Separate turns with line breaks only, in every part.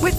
With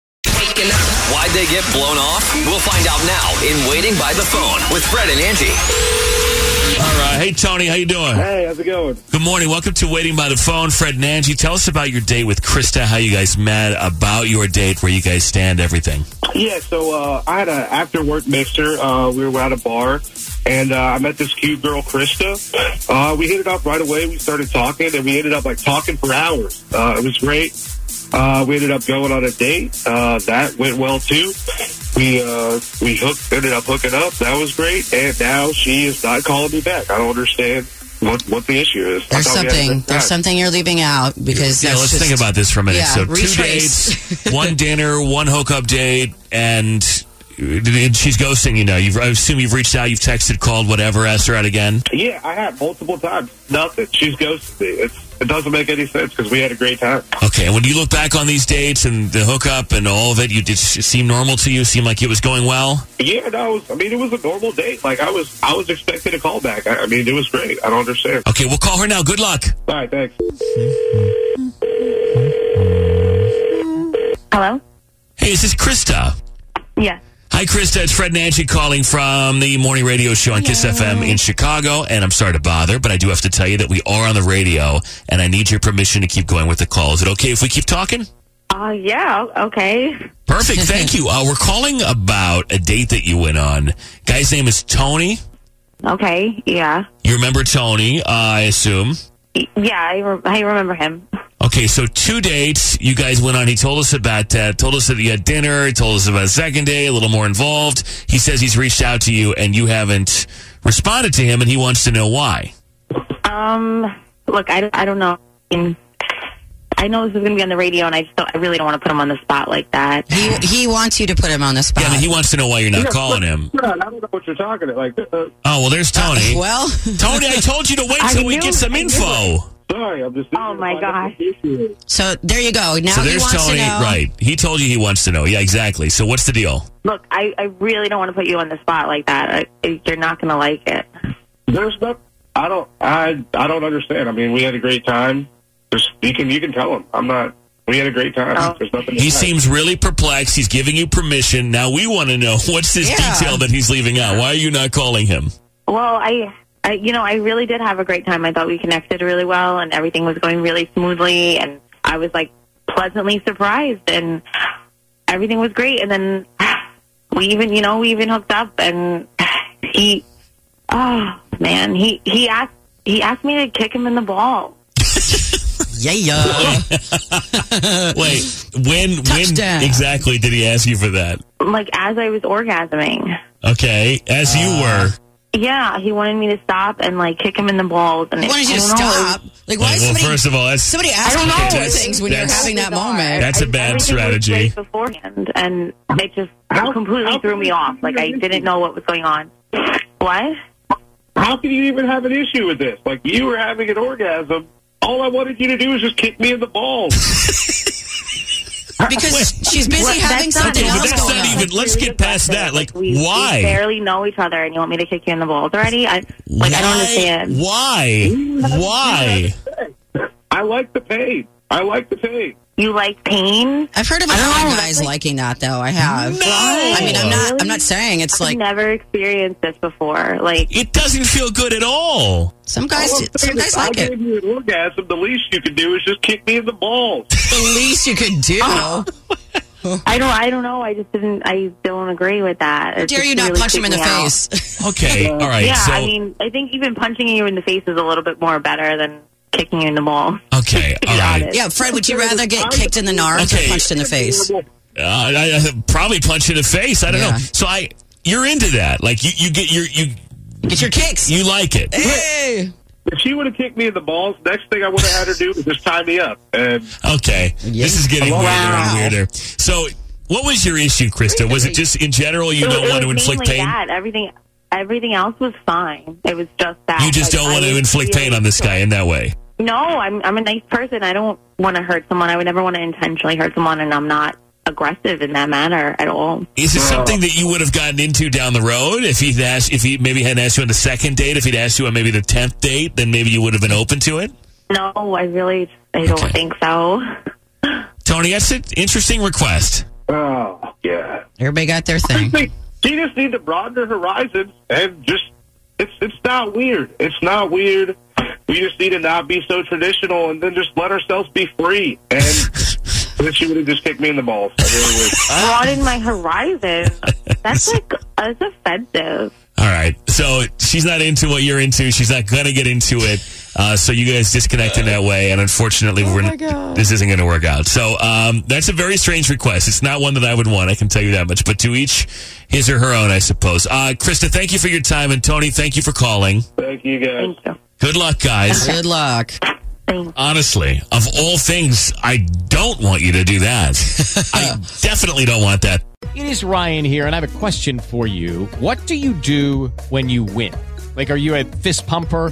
Why'd they get blown off? We'll find out now in Waiting by the Phone with Fred and Angie.
All right. Hey, Tony, how you doing?
Hey, how's it going?
Good morning. Welcome to Waiting by the Phone. Fred and Angie, tell us about your date with Krista, how you guys met, about your date, where you guys stand, everything.
Yeah, so uh, I had an after work mixer. Uh, we were at a bar, and uh, I met this cute girl, Krista. Uh, we hit it off right away. We started talking, and we ended up like talking for hours. Uh, it was great. Uh, we ended up going on a date. Uh, that went well too. We uh, we hooked, ended up hooking up. That was great. And now she is not calling me back. I don't understand what what the issue is. I
There's
thought we had a
something.
good time.
There's something you're leaving out because
yeah,
that's
let's
just-
think about this for a minute.
yeah,
so, two
retrace.
dates, one dinner, one hookup date, and she's ghosting you now. You've, I assume you've reached out, you've texted, called, whatever, asked her out again.
Yeah, I have multiple times. Nothing. She's ghosted me. It's, it doesn't make any sense because we had a great time.
Okay, and when you look back on these dates and the hookup and all of it, you did it seem normal to you? Seemed like it was going well?
Yeah, no, it was, I mean, it was a normal date. Like I was, I was expecting a callback. I, I mean, it was great. I don't understand.
Okay, we'll call her now. Good luck.
All right, thanks.
Hello?
Hey, is this Krista?
Yes.
Hi, Krista. It's Fred and Angie calling from the morning radio show on Kiss FM in Chicago. And I'm sorry to bother, but I do have to tell you that we are on the radio, and I need your permission to keep going with the call. Is it okay if we keep talking?
Uh, yeah, o- okay.
Perfect. Thank you. Uh, we're calling about a date that you went on. Guy's name is Tony.
Okay, yeah.
You remember Tony, uh, I assume.
Y- Yeah, I, re- I remember him.
Okay, so two dates you guys went on. He told us about that. Told us that you had dinner. He told us about a second day, a little more involved. He says he's reached out to you and you haven't responded to him, and he wants to know why.
Um, look, I, I don't know. I, mean, I know this is going to be on the radio, and I just don't, I really don't want to put him on the spot like that.
He, he wants you to put him on the spot.
Yeah, I mean, he wants to know why you're not calling him.
No, I don't know what you're talking about. Like, uh,
Oh well, there's Tony.
well,
Tony, I told you to wait
I
till we
knew-
get some
I knew
info.
sorry, I'm just.
Oh, my gosh.
so there you go. Now
So
he
there's
wants
Tony.
to know.
Right, he told you he wants to know. Yeah, exactly. So what's the deal?
Look, I, I really don't want to put you on the spot like that. I, you're not going to like it.
There's no. I don't. I I don't understand. I mean, we had a great time. There's you can you can tell him. I'm not. We had a great time.
Oh.
There's nothing. to
He
hide.
seems really perplexed. He's giving you permission. Now we want to know what's this
Yeah.
detail that he's leaving out. Why are you not calling him?
Well, I, I, you know, I really did have a great time. I thought we connected really well, and everything was going really smoothly, and I was like pleasantly surprised, and everything was great. And then we even, you know, we even hooked up, and he, oh man, he he asked he asked me to kick him in the ball.
Yeah, yeah.
Wait, when
Touchdown.
when exactly did he ask you for that?
Like as I was orgasming,
Okay, as you
Uh,
were.
yeah, he wanted me to stop and like kick him in the balls. And
He
it-
wanted you
I
to
don't know, it was-
stop. Like, why
Like,
is
well,
somebody,
first of all, that's
somebody
I
asking
don't
you
know.
to do
It's-
things when you're
that's-
having that
bizarre.
moment?
That's a
I-
bad
everything was
strategy.
great beforehand, and it just
How-
completely
how
threw
can
me
you
off.
even
Like I
listen?
didn't know what was going on. What?
How can you even have an issue with this? Like you were having an orgasm. All I wanted you to do was just kick me in the balls.
Because she's busy
What?
having
That's not
something
Okay, but
else
that's
going
not
on.
even-
That's
let's
really
get past
aggressive.
that. Like,
we,
why?
We barely know each other, and you want me to kick you in the balls already? I like I don't understand. Mm,
Why? Why?
I like the pain. I like the pain.
You like pain?
I've heard of a
I don't
lot of
know,
guys
that's like-
liking that, though. I have.
No!
I mean, I'm not. I'm not saying it's like
I've never experienced this before. Like
It doesn't feel good at all.
some guys.
All I'm
Some
saying
guys
is I
like it.
gave you an orgasm. The least you could do is just kick me in the balls.
The least you could do.
I don't. I don't know. I just didn't. I don't agree with that. It
Dare
just
you not
really
punch him in
freaked
the
me out.
face?
Okay, all right.
Yeah,
so
I mean, I think even punching you in the face is a little bit more better than kicking you in the balls.
okay,
to
all
be
right.
honest.
yeah, Fred. Would you rather get kicked in the nards
Okay.
or punched in the face?
Uh, I, I probably punch you in the face. I don't know.
Yeah.
So I, you're into that. Like you, you get your you
Get your kicks.
you like it.
Hey.
If she would have kicked me in the balls, next thing I would have had her do was just tie me up. And
Okay, this is getting weirder and weirder. So What was your issue, Krista? Was it just in general you
It-
don't
it
want to
was
inflict
mainly
pain?
That. Everything, everything else was fine. It was just that.
You just
like,
don't want
I
to
was
inflict pain
really
on this guy in that way.
No, I'm I'm a nice person. I don't want to hurt someone. I would never want to intentionally hurt someone, and I'm not aggressive in that manner at all.
Is it something that you would have gotten into down the road if he'd asked, if he maybe had asked you on the second date, if he'd asked you on maybe the tenth date, then maybe you would have been open to it?
No, I really I don't
Okay.
think so.
Tony, that's an interesting request.
Oh, yeah.
Everybody got their
I
thing.
think she just need to broaden her horizons and just it's it's not weird. It's not weird. We just need to not be so traditional and then just let ourselves be free. And then she would have just kicked me in the balls. I really would.
Broaden my horizon. That's like that's offensive.
All right. So she's not into what you're into. She's not going to get into it. Uh, so you guys disconnect in that way. And unfortunately, we're, this isn't going to work out. So um, that's a very strange request. It's not one that I would want. I can tell you that much. But to each his or her own, I suppose. Uh, Krista, thank you for your time. And Tony, thank you for calling.
Thank you guys.
Thank you.
Good luck, guys.
Good luck.
Thank
Honestly, of all things, I don't want you to do that. I definitely don't want that.
It is Ryan here, and I have a question for you. What do you do when you win? Like, are you a fist pumper?